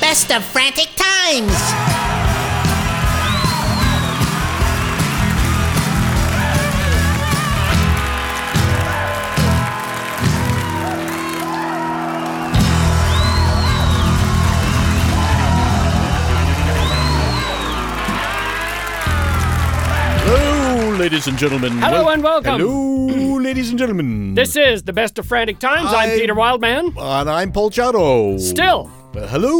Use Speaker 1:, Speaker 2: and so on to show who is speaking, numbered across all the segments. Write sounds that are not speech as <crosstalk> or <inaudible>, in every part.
Speaker 1: best of frantic times.
Speaker 2: Hello, Oh, ladies and gentlemen.
Speaker 3: Hello and welcome.
Speaker 2: Hello, ladies and gentlemen.
Speaker 3: This is the best of frantic times. I'm,
Speaker 2: I'm-
Speaker 3: Peter Wildman.
Speaker 2: and I'm Paul Chado.
Speaker 3: Still,
Speaker 2: Uh, hello,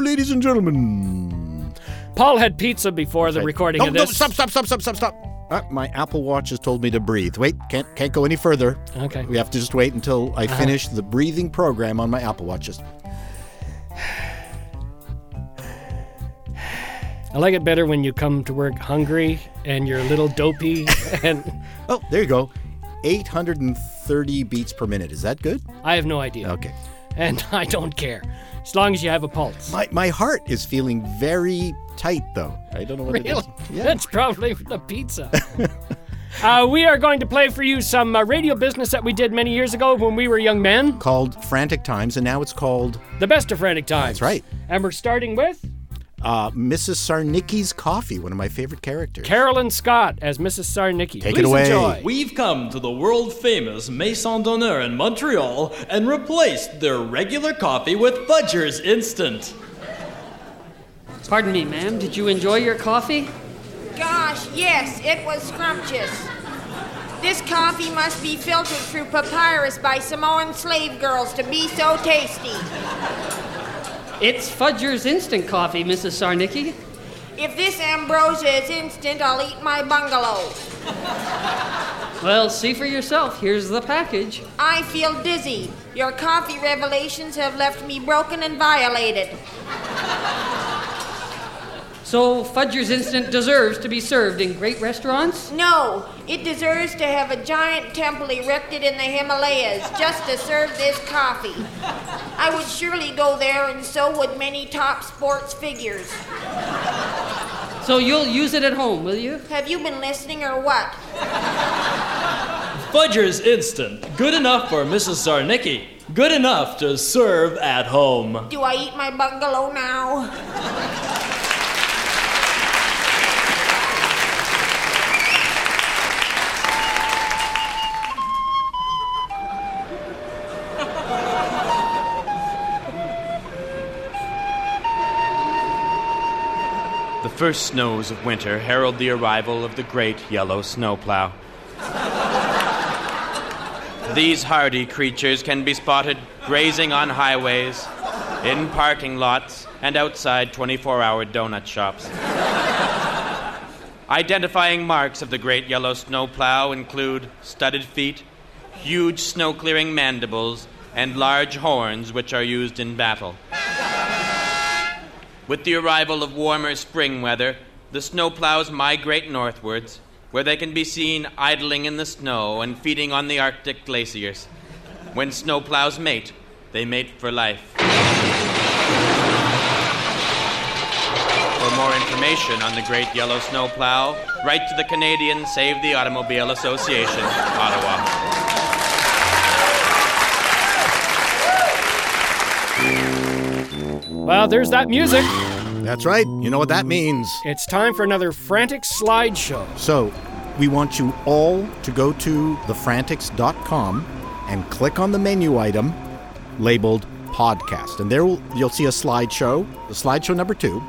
Speaker 2: ladies and gentlemen.
Speaker 3: Paul had pizza before the recording
Speaker 2: No,
Speaker 3: of
Speaker 2: no,
Speaker 3: this.
Speaker 2: stop, stop, stop, stop, stop, stop. Uh, my Apple Watch has told me to breathe. Wait, can't can't go any further.
Speaker 3: Okay. Uh-huh.
Speaker 2: We have to just wait until I finish the breathing program on my Apple Watch. Just
Speaker 3: I like it better when you come to work hungry and you're a little
Speaker 2: <laughs>
Speaker 3: dopey. and
Speaker 2: oh, there you go. 830 beats per minute. Is that good?
Speaker 3: I have no idea.
Speaker 2: Okay.
Speaker 3: And <laughs> I don't care. As long as you have a pulse.
Speaker 2: My my heart is feeling very tight though. I don't know what it
Speaker 3: <laughs> Really?
Speaker 2: is. <laughs> Yeah.
Speaker 3: That's probably the pizza. <laughs> uh, we are going to play for you some uh, radio business that we did many years ago when we were young men.
Speaker 2: Called Frantic Times, and now it's called
Speaker 3: The best of frantic times.
Speaker 2: That's right.
Speaker 3: And we're starting with
Speaker 2: uh, Mrs. Sarnicki's Coffee, one of my favorite characters.
Speaker 3: Carolyn Scott as Mrs. Sarnicki.
Speaker 2: Take
Speaker 3: Please
Speaker 2: it away.
Speaker 3: Enjoy.
Speaker 4: We've come to the world famous Maison d'Honneur in Montreal and replaced their regular coffee with Fudger's Instant.
Speaker 5: Pardon me, ma'am. Did you enjoy your coffee?
Speaker 6: Gosh, yes, it was scrumptious. This coffee must be filtered through papyrus by Samoan slave girls to be so tasty.
Speaker 5: It's Fudger's instant coffee, Mrs. Sarnicki.
Speaker 6: If this ambrosia is instant, I'll eat my bungalow.
Speaker 5: Well, see for yourself. Here's the package.
Speaker 6: I feel dizzy. Your coffee revelations have left me broken and violated.
Speaker 5: So, Fudger's instant deserves to be served in great restaurants?
Speaker 6: No, it deserves to have a giant temple erected in the Himalayas just to serve this coffee. I would surely go there, and so would many top sports figures.
Speaker 5: So, you'll use it at home, will you?
Speaker 6: Have you been listening or what?
Speaker 4: Fudger's Instant, good enough for Mrs. Zarnicki, good enough to serve at home.
Speaker 6: Do I eat my bungalow now?
Speaker 7: The first snows of winter herald the arrival of the great yellow snowplow. These hardy creatures can be spotted grazing on highways, in parking lots, and outside 24 hour donut shops. Identifying marks of the great yellow snowplow include studded feet, huge snow clearing mandibles, and large horns which are used in battle. With the arrival of warmer spring weather, the snowplows migrate northwards, where they can be seen idling in the snow and feeding on the Arctic glaciers. When snowplows mate, they mate for life. For more information on the Great Yellow Snowplow, write to the Canadian Save the Automobile Association, Ottawa.
Speaker 3: Well, there's that music.
Speaker 2: That's right. You know what that means.
Speaker 3: It's time for another frantic slideshow.
Speaker 2: So, we want you all to go to thefrantics.com and click on the menu item labeled podcast. And there will- you'll see a slideshow, the slideshow number two.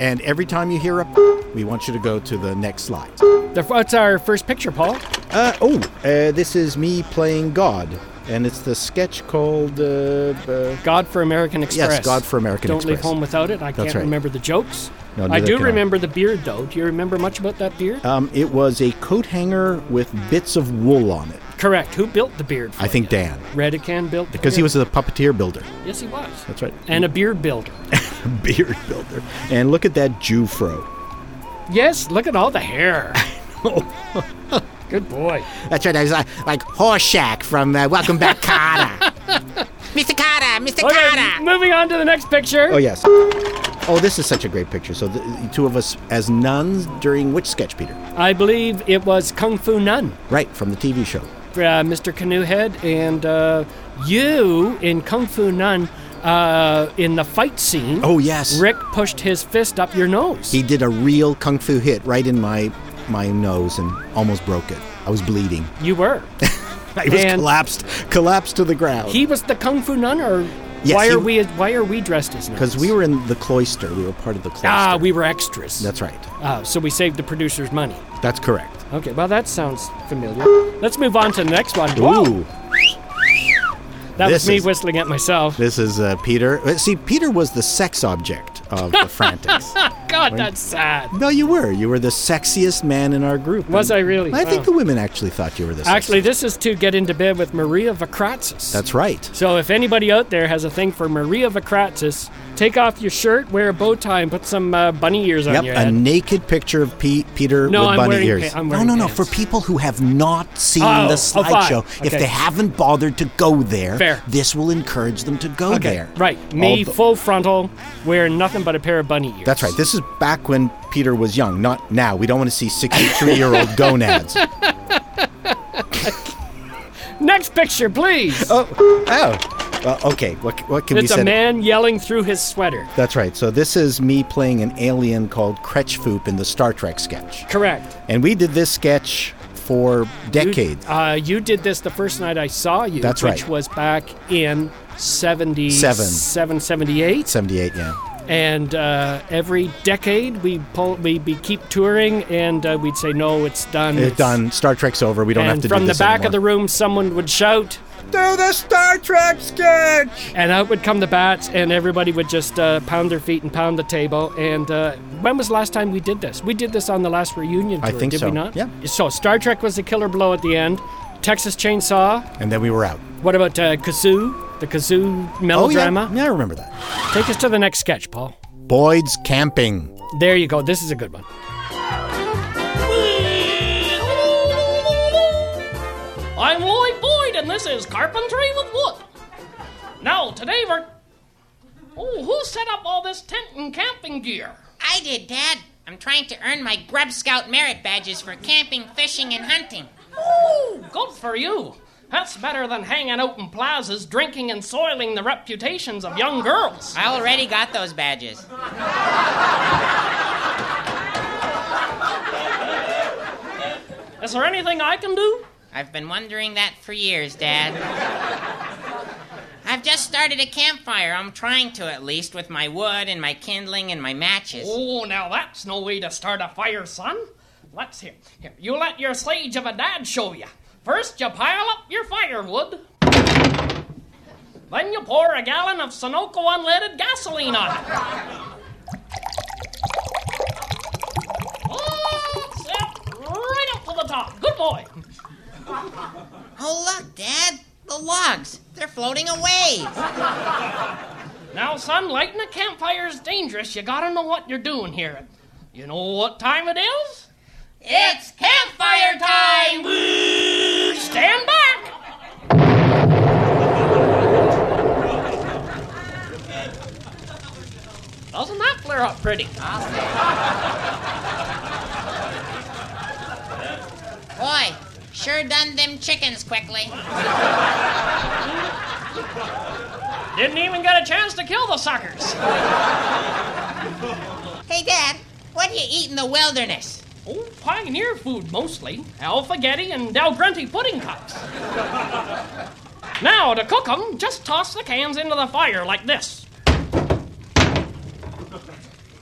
Speaker 2: And every time you hear a, we want you to go to the next slide.
Speaker 3: The, what's our first picture, Paul?
Speaker 2: Uh, oh, uh, this is me playing God. And it's the sketch called. Uh, uh,
Speaker 3: God for American Express.
Speaker 2: God for American
Speaker 3: Don't leave
Speaker 2: Express.
Speaker 3: home without it. I can't
Speaker 2: right.
Speaker 3: remember the jokes.
Speaker 2: No,
Speaker 3: I
Speaker 2: neither
Speaker 3: do
Speaker 2: can I.
Speaker 3: remember the beard, though. Do you remember much about that beard?
Speaker 2: um, it was a coat hanger with bits of wool on it.
Speaker 3: Correct. Who built the beard?
Speaker 2: I think Dan.
Speaker 3: Redican built the
Speaker 2: Because he
Speaker 3: beard.
Speaker 2: was a puppeteer builder.
Speaker 3: Yes, he was.
Speaker 2: That's right.
Speaker 3: And a beard builder.
Speaker 2: beard builder. And look at that Jufro.
Speaker 3: yes, look at all
Speaker 2: <laughs>
Speaker 3: the hair. Good boy.
Speaker 2: That's right. I was like, like Horshack from uh, Welcome Back, <laughs>
Speaker 3: <laughs>
Speaker 2: Carter.
Speaker 1: Mr. Carter, Mr.
Speaker 3: Okay,
Speaker 1: Carter.
Speaker 3: moving on to the next picture.
Speaker 2: oh yes. Oh, this is such a great picture. So the, the two of us as nuns during which sketch, Peter?
Speaker 3: I believe it was Kung Fu Nun.
Speaker 2: Right from the TV show.
Speaker 3: uh, Mr. Canoehead, and uh, you in Kung Fu Nun uh, in the fight scene.
Speaker 2: Oh, yes.
Speaker 3: Rick pushed his fist up your nose.
Speaker 2: He did a real kung fu hit right in my my nose and almost broke it. I was bleeding. <laughs>
Speaker 3: you were.
Speaker 2: I was
Speaker 3: And-
Speaker 2: collapsed, collapsed to the ground.
Speaker 3: he was the kung fu nun, or
Speaker 2: Yes,
Speaker 3: why
Speaker 2: he-
Speaker 3: are we why are we dressed as nuns?
Speaker 2: Because we were in the cloister. We were part of the cloister.
Speaker 3: ah, we were extras.
Speaker 2: That's right.
Speaker 3: Uh, so we saved the producers money.
Speaker 2: That's correct.
Speaker 3: Okay, well that sounds familiar. Let's move on to the next one. Whoa,
Speaker 2: Ooh,
Speaker 3: that
Speaker 2: this
Speaker 3: was me
Speaker 2: is-
Speaker 3: whistling at myself.
Speaker 2: this is uh, Peter. Uh, See, Peter was the sex object of
Speaker 3: <laughs>
Speaker 2: the Frantics.
Speaker 3: God, that's sad.
Speaker 2: No, you were. You were the sexiest man in our group.
Speaker 3: Was
Speaker 2: And
Speaker 3: I really? Oh.
Speaker 2: I think
Speaker 3: Wow.
Speaker 2: the women actually thought you were the sexiest.
Speaker 3: Actually, this is to get into bed with Maria Vakratsis.
Speaker 2: That's right.
Speaker 3: So if anybody out there has a thing for Maria Vakratsis, take off your shirt, wear a bow tie, and put some uh, bunny ears on
Speaker 2: Yep,
Speaker 3: your
Speaker 2: a
Speaker 3: head.
Speaker 2: naked picture of Pete, Peter
Speaker 3: No,
Speaker 2: with
Speaker 3: I'm
Speaker 2: bunny
Speaker 3: wearing
Speaker 2: ears.
Speaker 3: pa- I'm
Speaker 2: no,
Speaker 3: wearing
Speaker 2: no, no.
Speaker 3: pants.
Speaker 2: For people who have not seen
Speaker 3: Oh,
Speaker 2: the
Speaker 3: oh, fine.
Speaker 2: slideshow, if
Speaker 3: Okay.
Speaker 2: they haven't bothered to go there,
Speaker 3: Fair.
Speaker 2: this will encourage them to go
Speaker 3: okay,
Speaker 2: there.
Speaker 3: right. Me,
Speaker 2: Although-
Speaker 3: full frontal, wearing nothing but a pair of bunny ears.
Speaker 2: That's right. This is back when Peter was young, not now. We don't want to see 63 year old
Speaker 3: <laughs>
Speaker 2: gonads.
Speaker 3: Next picture, please.
Speaker 2: Oh, oh. Well, okay, what, c- what can
Speaker 3: it's
Speaker 2: be
Speaker 3: a
Speaker 2: said?
Speaker 3: man yelling through his sweater.
Speaker 2: That's right. So this is me playing an alien called Kretschfoop in the Star Trek sketch.
Speaker 3: Correct.
Speaker 2: And we did this sketch for
Speaker 3: You-
Speaker 2: decades.
Speaker 3: uh, you did this the first night I saw you,
Speaker 2: That's
Speaker 3: which
Speaker 2: right.
Speaker 3: was back in 77,
Speaker 2: Seven.
Speaker 3: 78.
Speaker 2: 78, yeah.
Speaker 3: And uh, every decade we pull, we, we keep touring and uh, we'd say, no, it's done.
Speaker 2: It's done. Star Trek's over. We don't
Speaker 3: and
Speaker 2: have to
Speaker 3: from
Speaker 2: do
Speaker 3: the
Speaker 2: this
Speaker 3: back of the
Speaker 2: anymore.
Speaker 3: room, someone would shout,
Speaker 2: Do the Star Trek sketch!
Speaker 3: and out would come the bats, and everybody would just uh, pound their feet and pound the table. And uh, when was the last time we did this? We did this on the last reunion tour,
Speaker 2: I think
Speaker 3: did
Speaker 2: so.
Speaker 3: we not?
Speaker 2: Yeah.
Speaker 3: So Star Trek was the killer blow at the end. Texas Chainsaw.
Speaker 2: And then we were out.
Speaker 3: What about uh, Kazoo? The Kazoo melodrama.
Speaker 2: Oh, yeah. yeah, I remember that.
Speaker 3: Take us to the next sketch, Paul.
Speaker 2: Boyd's Camping.
Speaker 3: There you go. This is a good one.
Speaker 8: I'm Lloyd Boyd, and this is Carpentry with Wood. Now, today we're. Oh, who set up all this tent and camping gear?
Speaker 1: I did, Dad. I'm trying to earn my Grub Scout merit badges for camping, fishing, and hunting.
Speaker 8: Oh, good for you. That's better than hanging out in plazas, drinking and soiling the reputations of young girls.
Speaker 1: I already got those badges.
Speaker 8: Is there anything I can do?
Speaker 1: I've been wondering that for years, Dad. I've just started a campfire. I'm trying to, at least, with my wood and my kindling and my matches.
Speaker 8: Oh, now that's no way to start a fire, son. Let's hear. Here, you let your sage of a dad show you. First, you pile up your firewood. Then you pour a gallon of Sunoco unleaded gasoline on it. That's it. Right up to the top. Good boy.
Speaker 1: <laughs> Oh, look, Dad. The logs. They're floating away.
Speaker 8: Now, son, lighting a campfire is dangerous. You gotta know what you're doing here. You know what time it is?
Speaker 1: It's campfire time!
Speaker 8: Stand back! Doesn't that flare up pretty?
Speaker 1: Boy, sure done them chickens quickly.
Speaker 8: Didn't even get a chance to kill the suckers.
Speaker 1: Hey, Dad, what do you eat in the wilderness?
Speaker 8: Oh, pioneer food mostly. Alphagetti and Del Grunty pudding cups. now, to cook 'em, just toss the cans into the fire like this.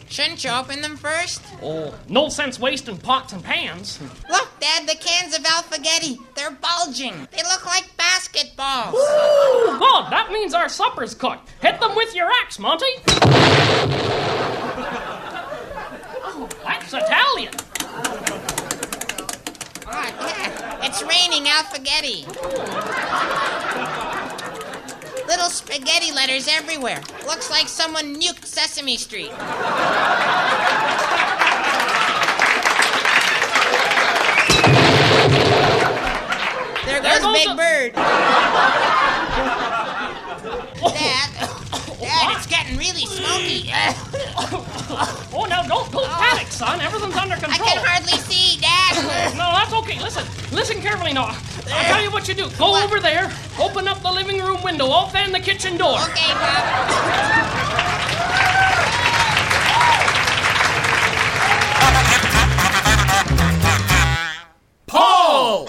Speaker 1: Shouldn't you open them first?
Speaker 8: Oh, no sense wasting pots and pans.
Speaker 1: Look, Dad, the cans of alphagetti. They're bulging. They look like basketballs.
Speaker 8: Oh, God, that means our supper's cooked. Hit them with your axe, Monty. Oh, Oh, that's Italian.
Speaker 1: Oh, Dad, it's raining alphagetti. Little spaghetti letters everywhere. Looks like someone nuked Sesame Street. There goes
Speaker 8: goes
Speaker 1: Big
Speaker 8: the-
Speaker 1: <laughs> Bird. Dad, Dad, it's getting really <laughs> smoky.
Speaker 8: Oh, now don't, don't panic, son. Everything's under
Speaker 1: I
Speaker 8: control.
Speaker 1: can hardly see, Dad.
Speaker 8: No, that's
Speaker 3: Okay, listen. Listen carefully now. I'll tell you what you do. Go over there, open up the living room window, off and the kitchen door.
Speaker 1: Okay, Bob.
Speaker 9: Paul!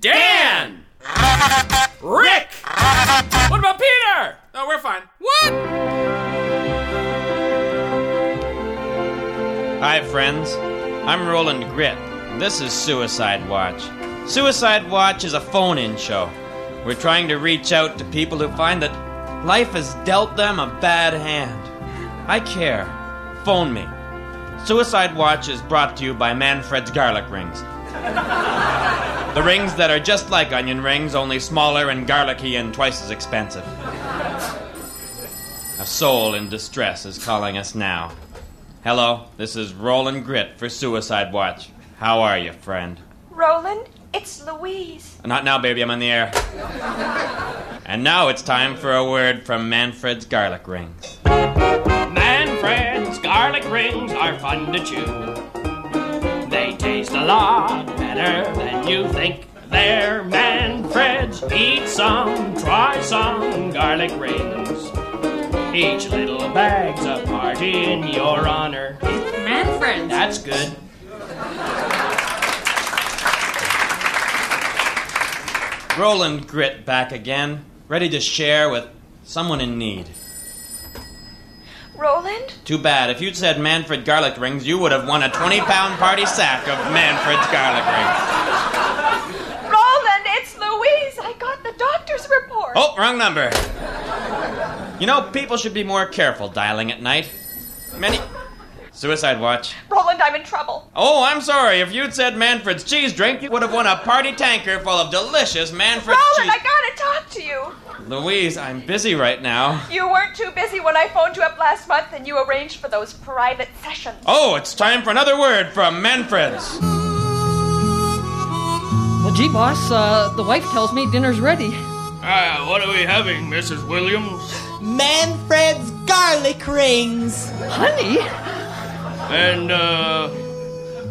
Speaker 9: Dan! Rick! What about Peter?
Speaker 3: Oh,
Speaker 10: No, we're fine.
Speaker 7: Hi, friends. I'm Roland Grit. This is Suicide Watch. Suicide Watch is a phone in show. We're trying to reach out to people who find that life has dealt them a bad hand. I care. Phone me. Suicide Watch is brought to you by Manfred's Garlic Rings. the rings that are just like onion rings, only smaller and garlicky and twice as expensive. A soul in distress is calling us now. Hello, this is Roland Grit for Suicide Watch. How are you, friend?
Speaker 11: Roland, it's Louise.
Speaker 7: Not now, baby, I'm on the air. and now it's time for a word from Manfred's Garlic Rings.
Speaker 3: Manfred's garlic rings are fun to chew. They taste a lot better than you think. They're Manfred's. Eat some, try some garlic rings. Each little bag's a party in your honor.
Speaker 5: Man friends.
Speaker 3: That's good.
Speaker 7: Roland Grit back again, ready to share with someone in need.
Speaker 11: Roland,
Speaker 7: Too bad, if you'd said Manfred Garlic Rings, you would have won a 20 pound party sack of Manfred's Garlic Rings.
Speaker 11: Roland, it's Louise. I got the doctor's report.
Speaker 7: Oh, wrong number. You know, people should be more careful dialing at night. Many. Suicide Watch.
Speaker 11: Roland, I'm in trouble.
Speaker 7: Oh, I'm sorry. If you'd said Manfred's cheese drink, you would have won a party tanker full of delicious Manfred's
Speaker 11: Roland, I
Speaker 7: cheese.
Speaker 11: gotta talk to you.
Speaker 7: Louise, I'm busy right now.
Speaker 11: You weren't too busy when I phoned you up last month and you arranged for those private sessions.
Speaker 7: Oh, it's time for another word from Manfred's.
Speaker 5: Well, gee, boss, uh, the wife tells me dinner's ready.
Speaker 3: Ah, what are we having, Mrs. Williams?
Speaker 12: Manfred's garlic rings.
Speaker 5: Honey?
Speaker 3: And, uh,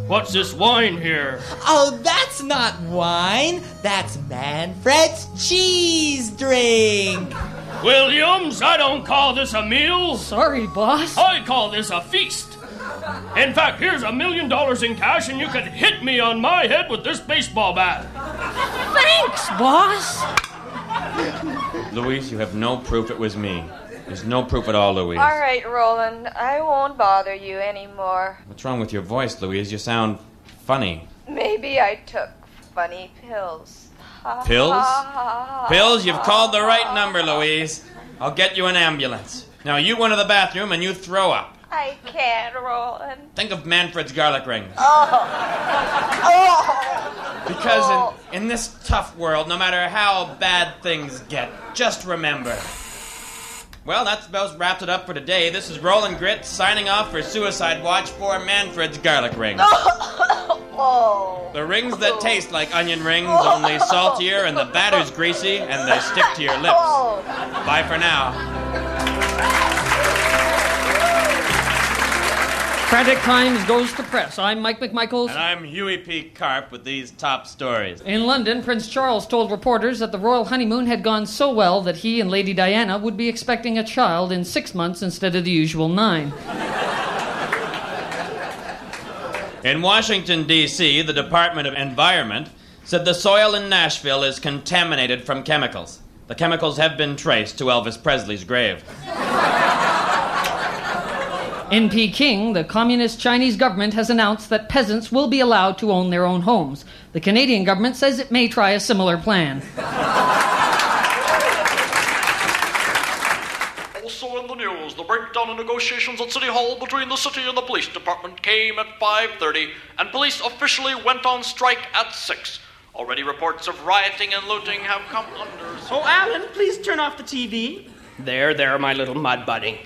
Speaker 3: what's this wine here?
Speaker 12: Oh, that's not wine. That's Manfred's cheese drink.
Speaker 3: Williams, I don't call this a meal.
Speaker 5: Oh, Sorry, boss.
Speaker 3: I call this a feast.
Speaker 12: Oh,
Speaker 3: In fact, here's a million dollars in cash, and you can hit me on my head with this baseball bat.
Speaker 5: Thanks, boss.
Speaker 7: Louise, you have no proof it was me. There's no proof at all, Louise.
Speaker 11: All right, Roland, I won't bother you anymore.
Speaker 7: What's wrong with your voice, Louise? You sound funny.
Speaker 11: Maybe I took funny pills.
Speaker 7: Pills? Pills, you've called the right number, Louise. I'll get you an ambulance. Now you went to the bathroom and you throw up.
Speaker 11: I can't, Roland.
Speaker 7: Think of Manfred's garlic rings.
Speaker 11: <laughs> Oh,
Speaker 7: Because in, in this tough world, no matter how bad things get, just remember. Well, that's about wrapped it up for today. This is Roland Grit signing off for Suicide Watch for Manfred's Garlic Rings.
Speaker 11: oh.
Speaker 7: The rings that taste like onion rings,
Speaker 11: <laughs>
Speaker 7: only saltier, and the batter's greasy, and they stick to your lips.
Speaker 11: oh.
Speaker 7: Bye for now.
Speaker 5: Frantic Times goes to press. I'm Mike McMichaels.
Speaker 7: And I'm Huey P. Carp with these top stories.
Speaker 5: In London, Prince Charles told reporters that the royal honeymoon had gone so well that he and Lady Diana would be expecting a child in six months instead of the usual nine.
Speaker 7: In Washington, D.C., the Department of Environment said the soil in Nashville is contaminated from chemicals. The chemicals have been traced to Elvis Presley's grave.
Speaker 5: In Peking, the communist Chinese government has announced that peasants will be allowed to own their own homes. The Canadian government says it may try a similar plan.
Speaker 10: Also in the news, the breakdown in negotiations at City Hall between the city and the police department came at 5:30, and police officially went on strike at 6. Already reports of rioting and looting have come under.
Speaker 12: Oh, Alan, please turn off the TV.
Speaker 3: There, there, my little mud buddy.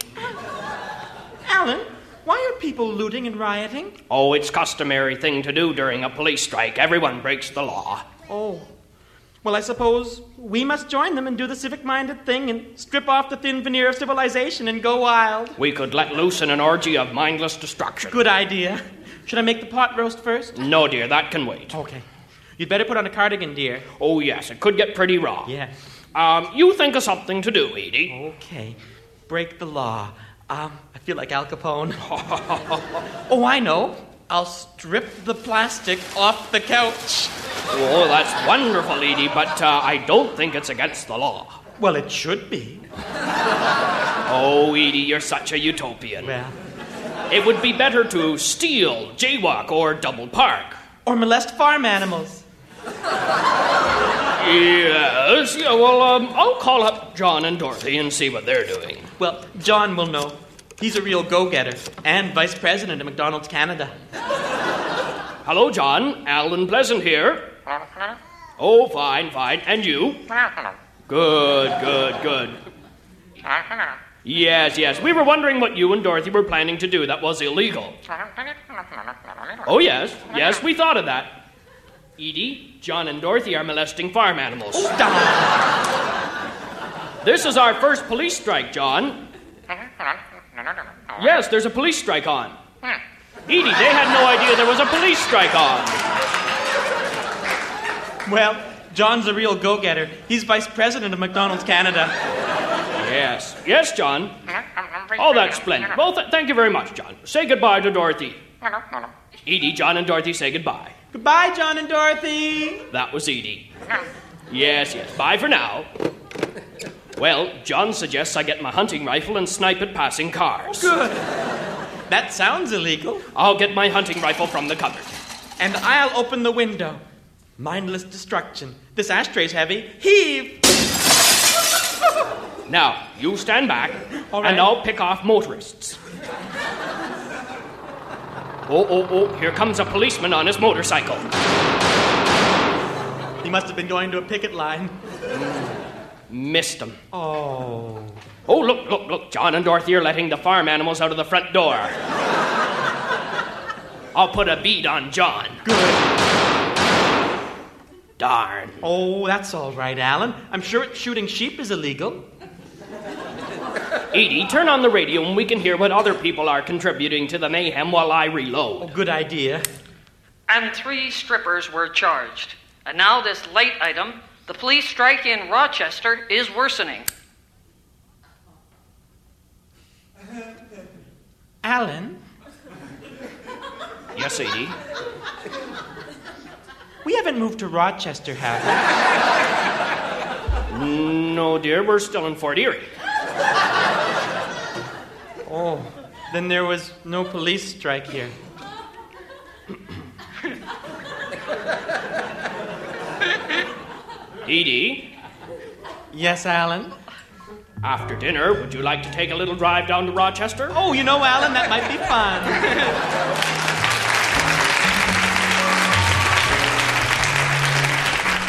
Speaker 12: Alan, why are people looting and rioting?
Speaker 3: Oh, it's customary thing to do during a police strike. Everyone breaks the law.
Speaker 12: Oh. Well, I suppose we must join them and do the civic minded thing and strip off the thin veneer of civilization and go wild.
Speaker 3: We could let loose in an orgy of mindless destruction.
Speaker 12: Good idea. Should I make the pot roast first?
Speaker 3: No, dear, that can wait.
Speaker 12: Okay. You'd better put on a cardigan, dear.
Speaker 3: Oh, yes, it could get pretty raw.
Speaker 12: Yeah.
Speaker 3: Um, you think of something to do, Edie.
Speaker 12: Okay. Break the law. Um, I feel like Al Capone. <laughs> oh, I know. I'll strip the plastic off the couch.
Speaker 3: Oh, that's wonderful, Edie, but uh, I don't think it's against the law.
Speaker 12: Well, it should be.
Speaker 3: Oh, Edie, you're such a utopian.
Speaker 12: Well.
Speaker 3: It would be better to steal, jaywalk, or double park.
Speaker 12: Or molest farm animals.
Speaker 3: Yes, yeah, well, um, I'll call up John and Dorothy and see what they're doing.
Speaker 12: Well, John will know. He's a real go getter and vice president of McDonald's Canada.
Speaker 3: Hello, John. Alan Pleasant here. Oh, fine, fine. And you? Good, good, good. Yes, yes. We were wondering what you and Dorothy were planning to do that was illegal. Oh, yes, yes, we thought of that. Edie, John, and Dorothy are molesting farm animals. This is our first police strike, John. Yes, there's a police strike on. Edie, they had no idea there was a police strike on.
Speaker 12: Well, John's a real go getter. He's vice president of McDonald's Canada.
Speaker 3: Yes, yes, John. Oh, that's splendid. Well, th- thank you very much, John. Say goodbye to Dorothy. Edie, John, and Dorothy say goodbye.
Speaker 12: Goodbye, John and Dorothy.
Speaker 3: That was Edie. Yes, yes. Bye for now. Well, John suggests I get my hunting rifle and snipe at passing cars.
Speaker 12: Good. That sounds illegal.
Speaker 3: I'll get my hunting rifle from the cupboard.
Speaker 12: And I'll open the window. Mindless destruction. This ashtray's heavy. Heave!
Speaker 3: Now, you stand back,
Speaker 12: All right.
Speaker 3: and I'll pick off motorists. Oh, oh, oh, here comes a policeman on his motorcycle.
Speaker 12: He must have been going to a picket line.
Speaker 3: Missed him.
Speaker 12: Oh.
Speaker 3: Oh, look, look, look. John and Dorothy are letting the farm animals out of the front door. I'll put a bead on John. Good. Darn.
Speaker 12: Oh, that's all right, Alan. I'm sure shooting sheep is illegal.
Speaker 3: Edie, turn on the radio and we can hear what other people are contributing to the mayhem while I reload.
Speaker 12: Good idea.
Speaker 13: and three strippers were charged. And now, this late item the police strike in Rochester is worsening.
Speaker 12: Alan,
Speaker 3: Yes, Edie.
Speaker 12: we haven't moved to Rochester, have
Speaker 3: No, dear, we're still in Fort Erie.
Speaker 12: we? Oh. Then there was no police strike here.
Speaker 3: Edie,
Speaker 12: Yes, Alan?
Speaker 3: after dinner, would you like to take a little drive down to Rochester?
Speaker 12: Oh, you know, Alan, that might be fun.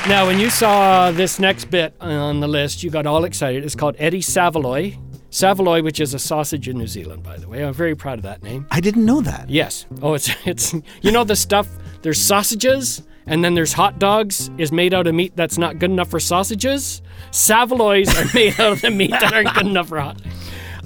Speaker 14: Now, when you saw this next bit on the list, you got all excited. It's called Eddie Savaloy. Savaloy, which is a sausage in New Zealand, by the way. I'm very proud of that name.
Speaker 2: I didn't know that.
Speaker 14: Yes. Oh, it's <laughs> it's you know the stuff. There's sausages, and then there's hot dogs. Is made out of meat that's not good enough for sausages. Savaloys are <laughs> made out of the meat that aren't good enough for hot.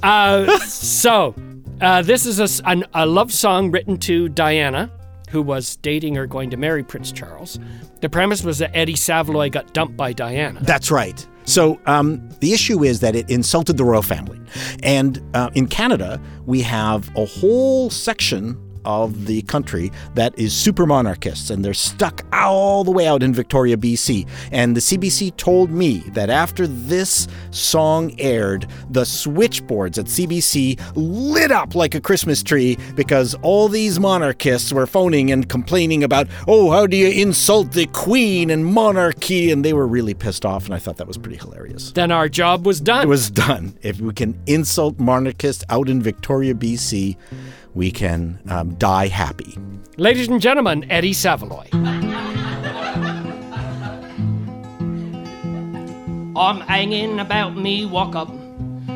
Speaker 14: Uh, so, uh, this is a, s- an- a love song written to Diana, who was dating or going to marry Prince Charles. The premise was that Eddie Savaloy got dumped by Diana.
Speaker 2: That's right. So um, the issue is that it insulted the royal family. And uh, in Canada, we have a whole section of the country that is super monarchists and they're stuck all the way out in Victoria, BC. And the CBC told me that after this song aired, the switchboards at CBC lit up like a Christmas tree because all these monarchists were phoning and complaining about, oh, how do you insult the queen and monarchy? And they were really pissed off, and I thought that was pretty hilarious.
Speaker 14: Then our job was
Speaker 2: It
Speaker 14: done.
Speaker 2: was done. If we can insult monarchists out in Victoria, BC, we can um, die happy.
Speaker 14: Ladies and gentlemen, Eddie Savaloy.
Speaker 3: I'm hanging about me walk up,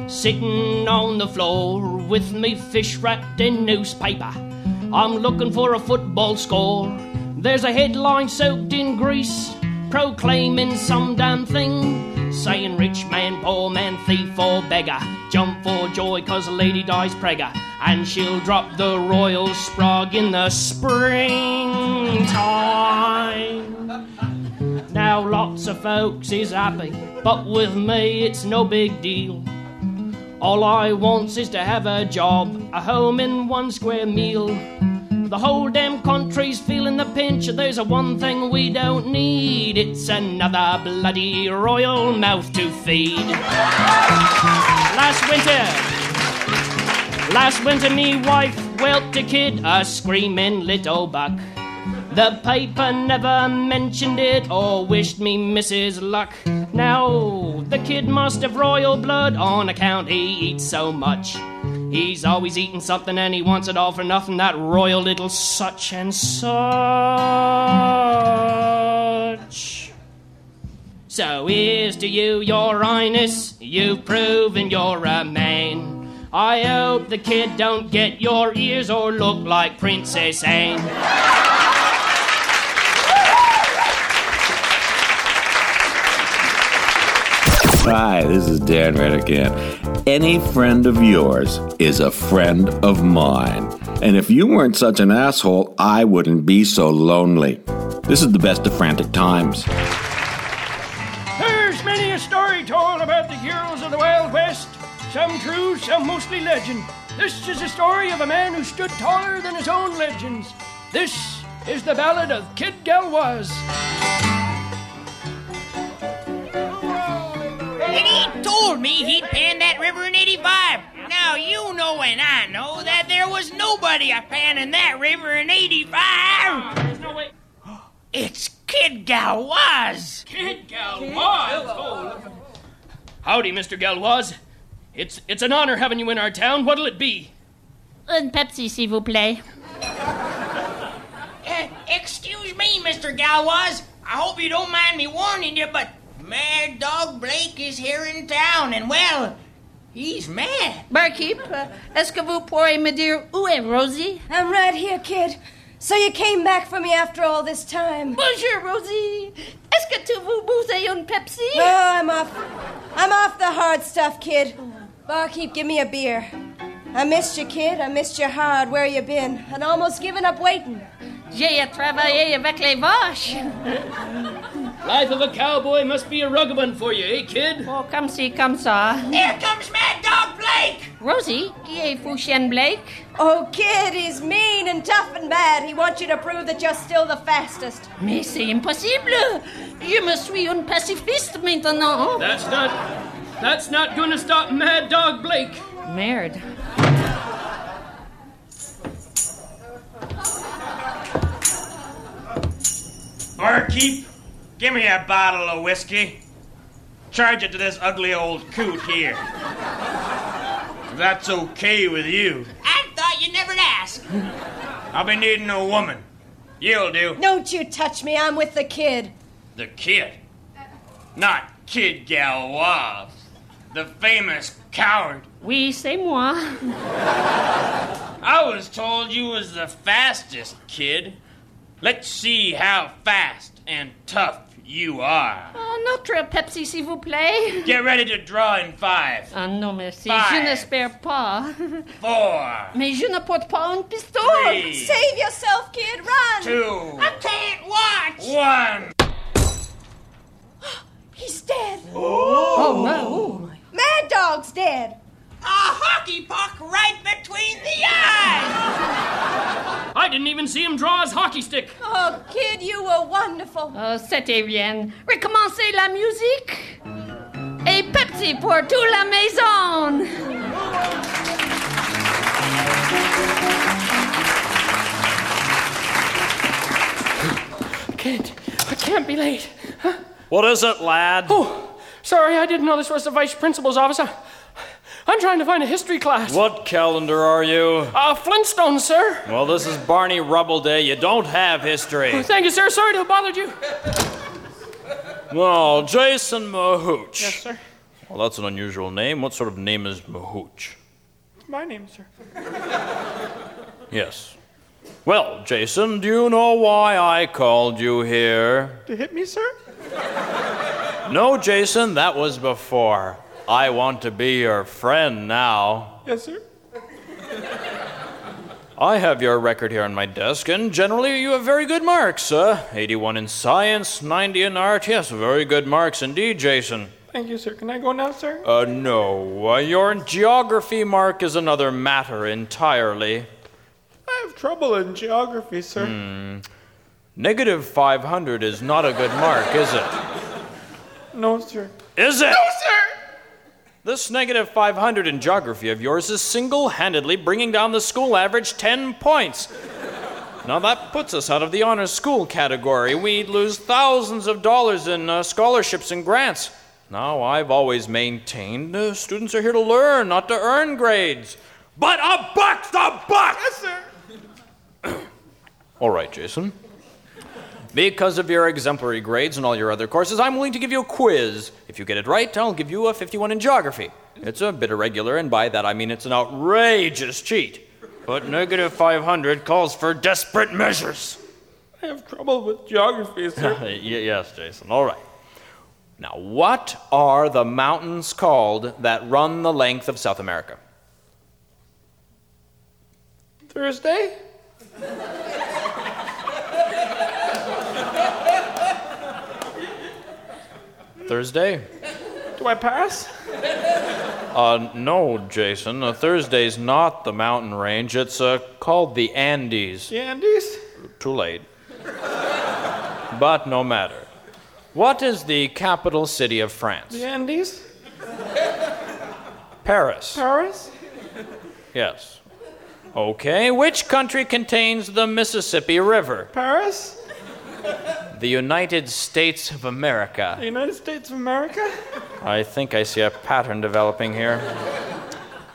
Speaker 3: sitting on the floor with me fish wrapped in newspaper. I'm looking for a football score. There's a headline soaked in grease. proclaiming some damn thing. Saying rich man, poor man, thief or beggar. Jump for joy cause a lady dies pregger. And she'll drop the royal sprog in the springtime. Now lots of folks is happy, but with me it's no big deal. All I wants is to have a job, a home and one square meal. The whole damn country's feeling the pinch. There's a one thing we don't need. It's another bloody royal mouth to feed. Last winter, last winter, me wife whelped a kid, a screaming little buck. The paper never mentioned it or wished me Mrs. Luck. Now, the kid must have royal blood on account he eats so much. He's always eating something and he wants it all for nothing, that royal little such and such. So here's to you, your highness, you've proven you're a man. I hope the kid don't get your ears or look like Princess Anne.
Speaker 7: Hi, this is Dan Redican. Any friend of yours is a friend of mine. And if you weren't such an asshole, I wouldn't be so lonely. This is the best of frantic times.
Speaker 15: There's many a story told about the heroes of the Wild West, some true, some mostly legend. This is a story of a man who stood taller than his own legends. This is the ballad of Kid Galwaz.
Speaker 1: And he told me he'd panned that river in 85. Now, you know and I know that there was nobody a panning that river in 85. there's no way. It's Kid Galwaz.
Speaker 3: Kid Galwaz. Howdy, Mr. Galois. It's it's an honor having you in our town. What'll it be?
Speaker 5: Un Pepsi, s'il vous plaît.
Speaker 1: Eh, excuse me, Mr. Galwaz. I hope you don't mind me warning you, but Mad Dog Blake is here in town, and well, he's mad.
Speaker 5: Barkeep, uh, est-ce que vous pourrez me dire où est Rosie?
Speaker 8: I'm right here, kid. So you came back for me after all this time.
Speaker 5: Bonjour, Rosie. Est-ce que tu veux boozer un Pepsi?
Speaker 8: No, Oh, I'm off. I'm off the hard stuff, kid. Barkeep, give me a beer. I missed you, kid. I missed you hard. Where you been? I'd almost given up waiting.
Speaker 5: J'ai travaillé avec les
Speaker 8: <laughs>
Speaker 5: vaches.
Speaker 3: Life of a cowboy must be a rugabun for you, eh, kid?
Speaker 5: Oh, come see, come saw.
Speaker 1: Here comes Mad Dog Blake!
Speaker 5: Rosie, E qui est Fouchen Blake?
Speaker 8: Oh, kid, he's mean and tough and bad. He wants you to prove that you're still the fastest.
Speaker 5: Mais c'est impossible. Je me suis un pacifiste maintenant.
Speaker 3: That's not that's not gonna stop Mad Dog Blake.
Speaker 5: Merde.
Speaker 12: Barkeep, give me a bottle of whiskey. Charge it to this ugly old coot here. If that's okay with you.
Speaker 1: I thought you never asked.
Speaker 12: I'll be needing a woman. You'll do.
Speaker 8: Don't you touch me. I'm with the kid.
Speaker 12: The kid. Not Kid Galois. The famous coward.
Speaker 5: Oui, c'est moi.
Speaker 12: I was told you was the fastest kid. Let's see how fast and tough you are.
Speaker 5: Oh, notre Pepsi, s'il vous plaît.
Speaker 12: Get ready to draw in five,
Speaker 5: Ah non, merci. Je
Speaker 12: Five.
Speaker 5: n'espère pas. <laughs>
Speaker 12: four,
Speaker 5: Mais je ne porte pas un pistolet.
Speaker 12: Three.
Speaker 8: Save yourself, kid. Run.
Speaker 12: two,
Speaker 1: I can't watch!
Speaker 12: one.
Speaker 8: <gasps> He's dead.
Speaker 1: Oh,
Speaker 8: no. Mad Dog's dead.
Speaker 1: A hockey puck right between the eyes!
Speaker 3: I didn't even see him draw his hockey stick.
Speaker 8: Oh, kid, you were wonderful.
Speaker 5: Oh, c'était bien. Recommencez la musique. Et Pepsi pour toute la maison.
Speaker 16: Kid, I can't be late.
Speaker 4: What is it, lad?
Speaker 16: Oh, sorry, I didn't know this was the vice principal's office. I, I'm trying to find a history class.
Speaker 4: What calendar are you?
Speaker 16: Uh, Flintstone, sir.
Speaker 4: Well, this is Barney Rubble Day. You don't have history.
Speaker 16: Oh,
Speaker 3: <laughs>
Speaker 16: thank you, sir. Sorry to have bothered you.
Speaker 4: No, Oh, Jason Mahooch.
Speaker 16: Yes, sir.
Speaker 4: Well, that's an unusual name. What sort of name is Mahooch?
Speaker 16: My name, sir.
Speaker 4: Yes. Well, Jason, do you know why I called you here?
Speaker 16: To hit me, sir?
Speaker 4: No, Jason, that was before. I want to be your friend now.
Speaker 12: Yes, sir.
Speaker 4: I have your record here on my desk, and generally you have very good marks. Uh, 81 in science, 90 in art. Yes, very good marks indeed, Jason.
Speaker 12: Thank you, sir. Can I go now, sir?
Speaker 4: Uh, no. Uh, your geography mark is another matter entirely.
Speaker 12: I have trouble in geography, sir.
Speaker 4: Hmm. Negative 500 is not a good mark, is it?
Speaker 12: No, sir.
Speaker 4: Is it?
Speaker 12: No, sir.
Speaker 4: This negative 500 in geography of yours is single handedly bringing down the school average 10 points. Now that puts us out of the honors school category. We'd lose thousands of dollars in uh, scholarships and grants. Now, I've always maintained uh, students are here to learn, not to earn grades. But a buck's a buck! Yes,
Speaker 12: sir.
Speaker 4: All right, Jason. Because of your exemplary grades and all your other courses, I'm willing to give you a quiz. If you get it right, I'll give you a 51 in geography. It's a bit irregular, and by that I mean it's an outrageous cheat. But negative 500 calls for desperate measures.
Speaker 12: I have trouble with geography, sir.
Speaker 4: <laughs> Y- yes, Jason. All right. Now, what are the mountains called that run the length of South America?
Speaker 12: Thursday?
Speaker 4: Thursday?
Speaker 12: Do I pass?
Speaker 4: Uh, no, Jason. Uh, Thursday's not the mountain range. It's uh, called the Andes.
Speaker 12: The Andes?
Speaker 4: Too late. but no matter. What is the capital city of France?
Speaker 12: The Andes?
Speaker 4: Paris.
Speaker 12: Paris?
Speaker 4: Yes. Okay, which country contains the Mississippi River?
Speaker 12: Paris?
Speaker 4: The United States of America.
Speaker 12: The United States of America?
Speaker 4: I think I see a pattern developing here.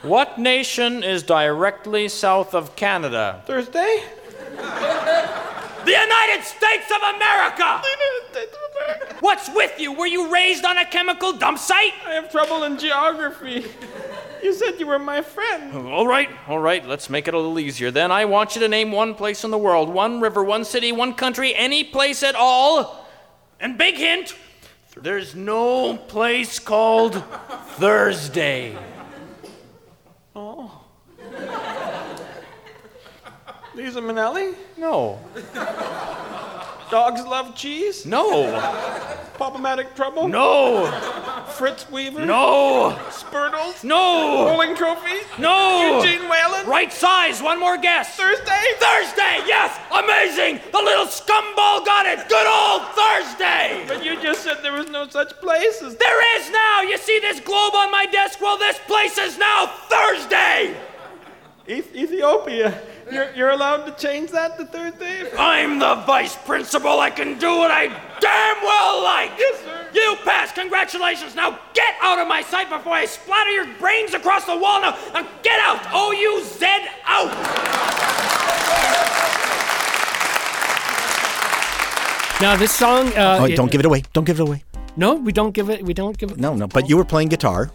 Speaker 4: What nation is directly south of Canada?
Speaker 12: Thursday?
Speaker 1: The United States of America! What's with you? Were you raised on a chemical dump site?
Speaker 12: I have trouble in geography. You said you were my friend.
Speaker 4: All right, all right, let's make it a little easier then. I want you to name one place in the world one river, one city, one country, any place at all. And big hint there's no place called Thursday.
Speaker 12: Oh. Lisa Minnelli?
Speaker 4: No.
Speaker 12: Dogs love cheese?
Speaker 4: No.
Speaker 12: Pop-O-Matic trouble?
Speaker 4: No.
Speaker 12: Fritz Weaver?
Speaker 4: No.
Speaker 12: Spurtles?
Speaker 4: No.
Speaker 12: Bowling trophies?
Speaker 4: No.
Speaker 12: Eugene Whalen?
Speaker 4: Right size. One more guess.
Speaker 12: Thursday?
Speaker 1: Thursday, yes! Amazing! The little scumball got it! Good old Thursday!
Speaker 12: But you just said there was no such place as
Speaker 1: There is now! You see this globe on my desk? Well, this place is now Thursday!
Speaker 12: Eth- Ethiopia. You're, you're allowed to change that to Thursday?
Speaker 1: I'm the vice principal. I can do what I damn well like.
Speaker 12: Yes, sir.
Speaker 1: You pass. Congratulations. Now get out of my sight before I splatter your brains across the wall. Now, now get out. O U Z out.
Speaker 14: Now this song. Uh,
Speaker 2: oh, don't give it away. Don't give it away.
Speaker 14: No, we don't give it. We don't give it.
Speaker 2: No, no. But you were playing guitar.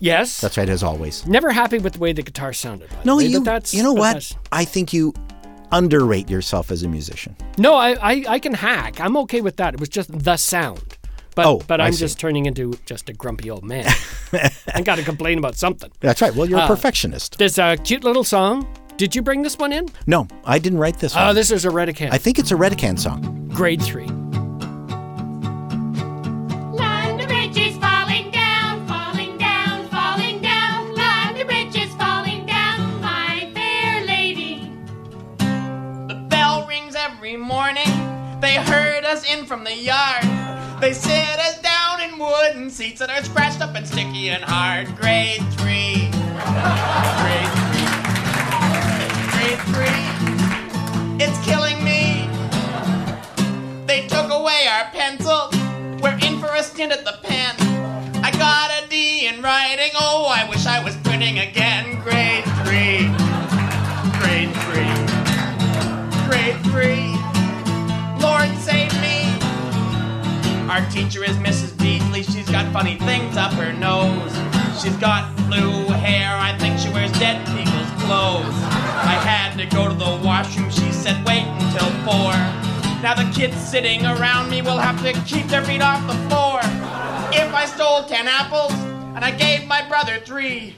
Speaker 14: Yes.
Speaker 2: That's right, as always.
Speaker 14: Never happy with the way the guitar sounded. by the
Speaker 2: No,
Speaker 14: way,
Speaker 2: you.
Speaker 14: But that's,
Speaker 2: you know
Speaker 14: but
Speaker 2: what?
Speaker 14: that's-
Speaker 2: I think you underrate yourself as a musician.
Speaker 14: No, I, I I can hack. I'm okay with that. It was just the sound. But
Speaker 2: Oh,
Speaker 14: but
Speaker 2: I
Speaker 14: I'm
Speaker 2: see.
Speaker 14: just turning into just a grumpy old
Speaker 2: <laughs>
Speaker 14: man. I got to complain about something.
Speaker 2: That's right. Well, you're
Speaker 3: Ah.
Speaker 2: a
Speaker 14: Uh,
Speaker 2: perfectionist.
Speaker 14: There's a cute little song. Did you bring this one in?
Speaker 2: No, I didn't write this
Speaker 3: Ah,
Speaker 14: Oh,
Speaker 2: one.
Speaker 14: this is a Redican.
Speaker 2: I think it's a Redican song.
Speaker 14: grade three.
Speaker 8: London Bridge is falling down, falling down, falling down. London Bridge is falling down, my fair lady.
Speaker 17: The bell rings every morning. They herd us in from the yard. They sit us down in wooden seats that are scratched up and sticky and hard. Grade three. Grade three. Grade three. It's killing me. They took away our pencils. We're in for a stint at the pen. I got a D in writing. Oh, I wish I was printing again. Grade three. Grade three grade three. Lord save me. Our teacher is Mrs. Beasley. She's got funny things up her nose. She's got blue hair. I think she wears dead people's clothes. I had to go to the washroom. She said, wait until four. Now the kids sitting around me will have to keep their feet off the floor. If I stole ten apples and I gave my brother three,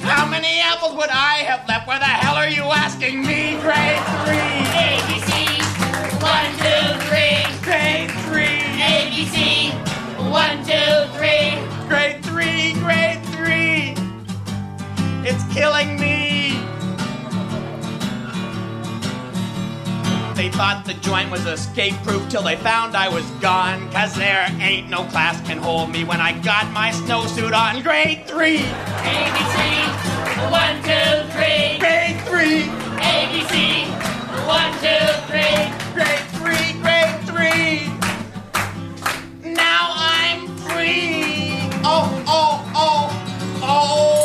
Speaker 17: how many apples would I have left? Where the hell are you asking me? Grade three. ABC.
Speaker 18: One, two, three.
Speaker 17: Grade three.
Speaker 18: ABC. One, two, three.
Speaker 17: Grade three. Grade three. It's killing me. They thought the joint was escape proof till they found I was gone. Cause there ain't no class can hold me when I got my snowsuit on. Grade three.
Speaker 18: ABC. One, two, three.
Speaker 17: Grade three.
Speaker 18: ABC. One, two, three.
Speaker 17: Grade three. Grade three. Now I'm free. Oh, oh, oh, oh.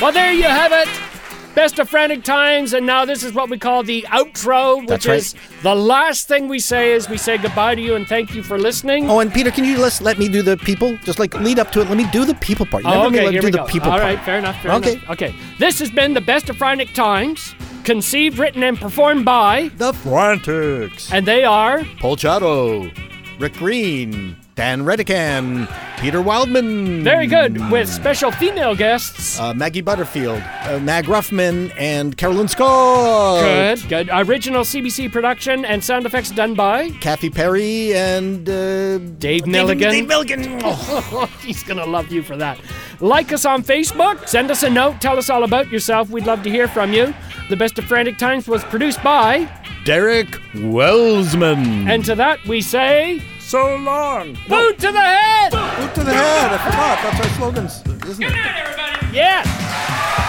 Speaker 3: Well, there you have it. Best of frantic times, and now this is what we call the outro, which
Speaker 2: That's right.
Speaker 3: is the last thing we say is we say goodbye to you and thank you for listening.
Speaker 2: Oh, and Peter, can you just let me do the people? Just like lead up to it. Let me do the people part. You
Speaker 3: Oh,
Speaker 2: never
Speaker 3: okay,
Speaker 2: let me
Speaker 3: here
Speaker 2: do
Speaker 3: we
Speaker 2: the
Speaker 3: go.
Speaker 2: people
Speaker 3: All
Speaker 2: part.
Speaker 3: right, fair enough. Fair
Speaker 2: okay.
Speaker 3: enough. Okay. This has been the best of Frantic Times, conceived, written, and performed by
Speaker 2: the Frantics,
Speaker 3: and they are
Speaker 2: Paul Charo, Rick Green, Dan Redican, Peter Wildman.
Speaker 3: Very good, with special female guests.
Speaker 2: Uh, Maggie Butterfield, uh, Mag Ruffman, and Carolyn Scott.
Speaker 3: good, good. Original CBC production and sound effects done by
Speaker 2: Kathy Perry and uh,
Speaker 3: Dave Milligan.
Speaker 2: Dave Milligan.
Speaker 3: Oh, <laughs> He's going to love you for that. Like us on Facebook. Send us a note. Tell us all about yourself. We'd love to hear from you. The Best of Frantic Times was produced by.
Speaker 2: Derek Wellsman.
Speaker 3: And to that we say.
Speaker 2: So long.
Speaker 3: Boot to the head!
Speaker 2: Boot to the head. I forgot. That's our slogans, isn't it?
Speaker 3: Yes!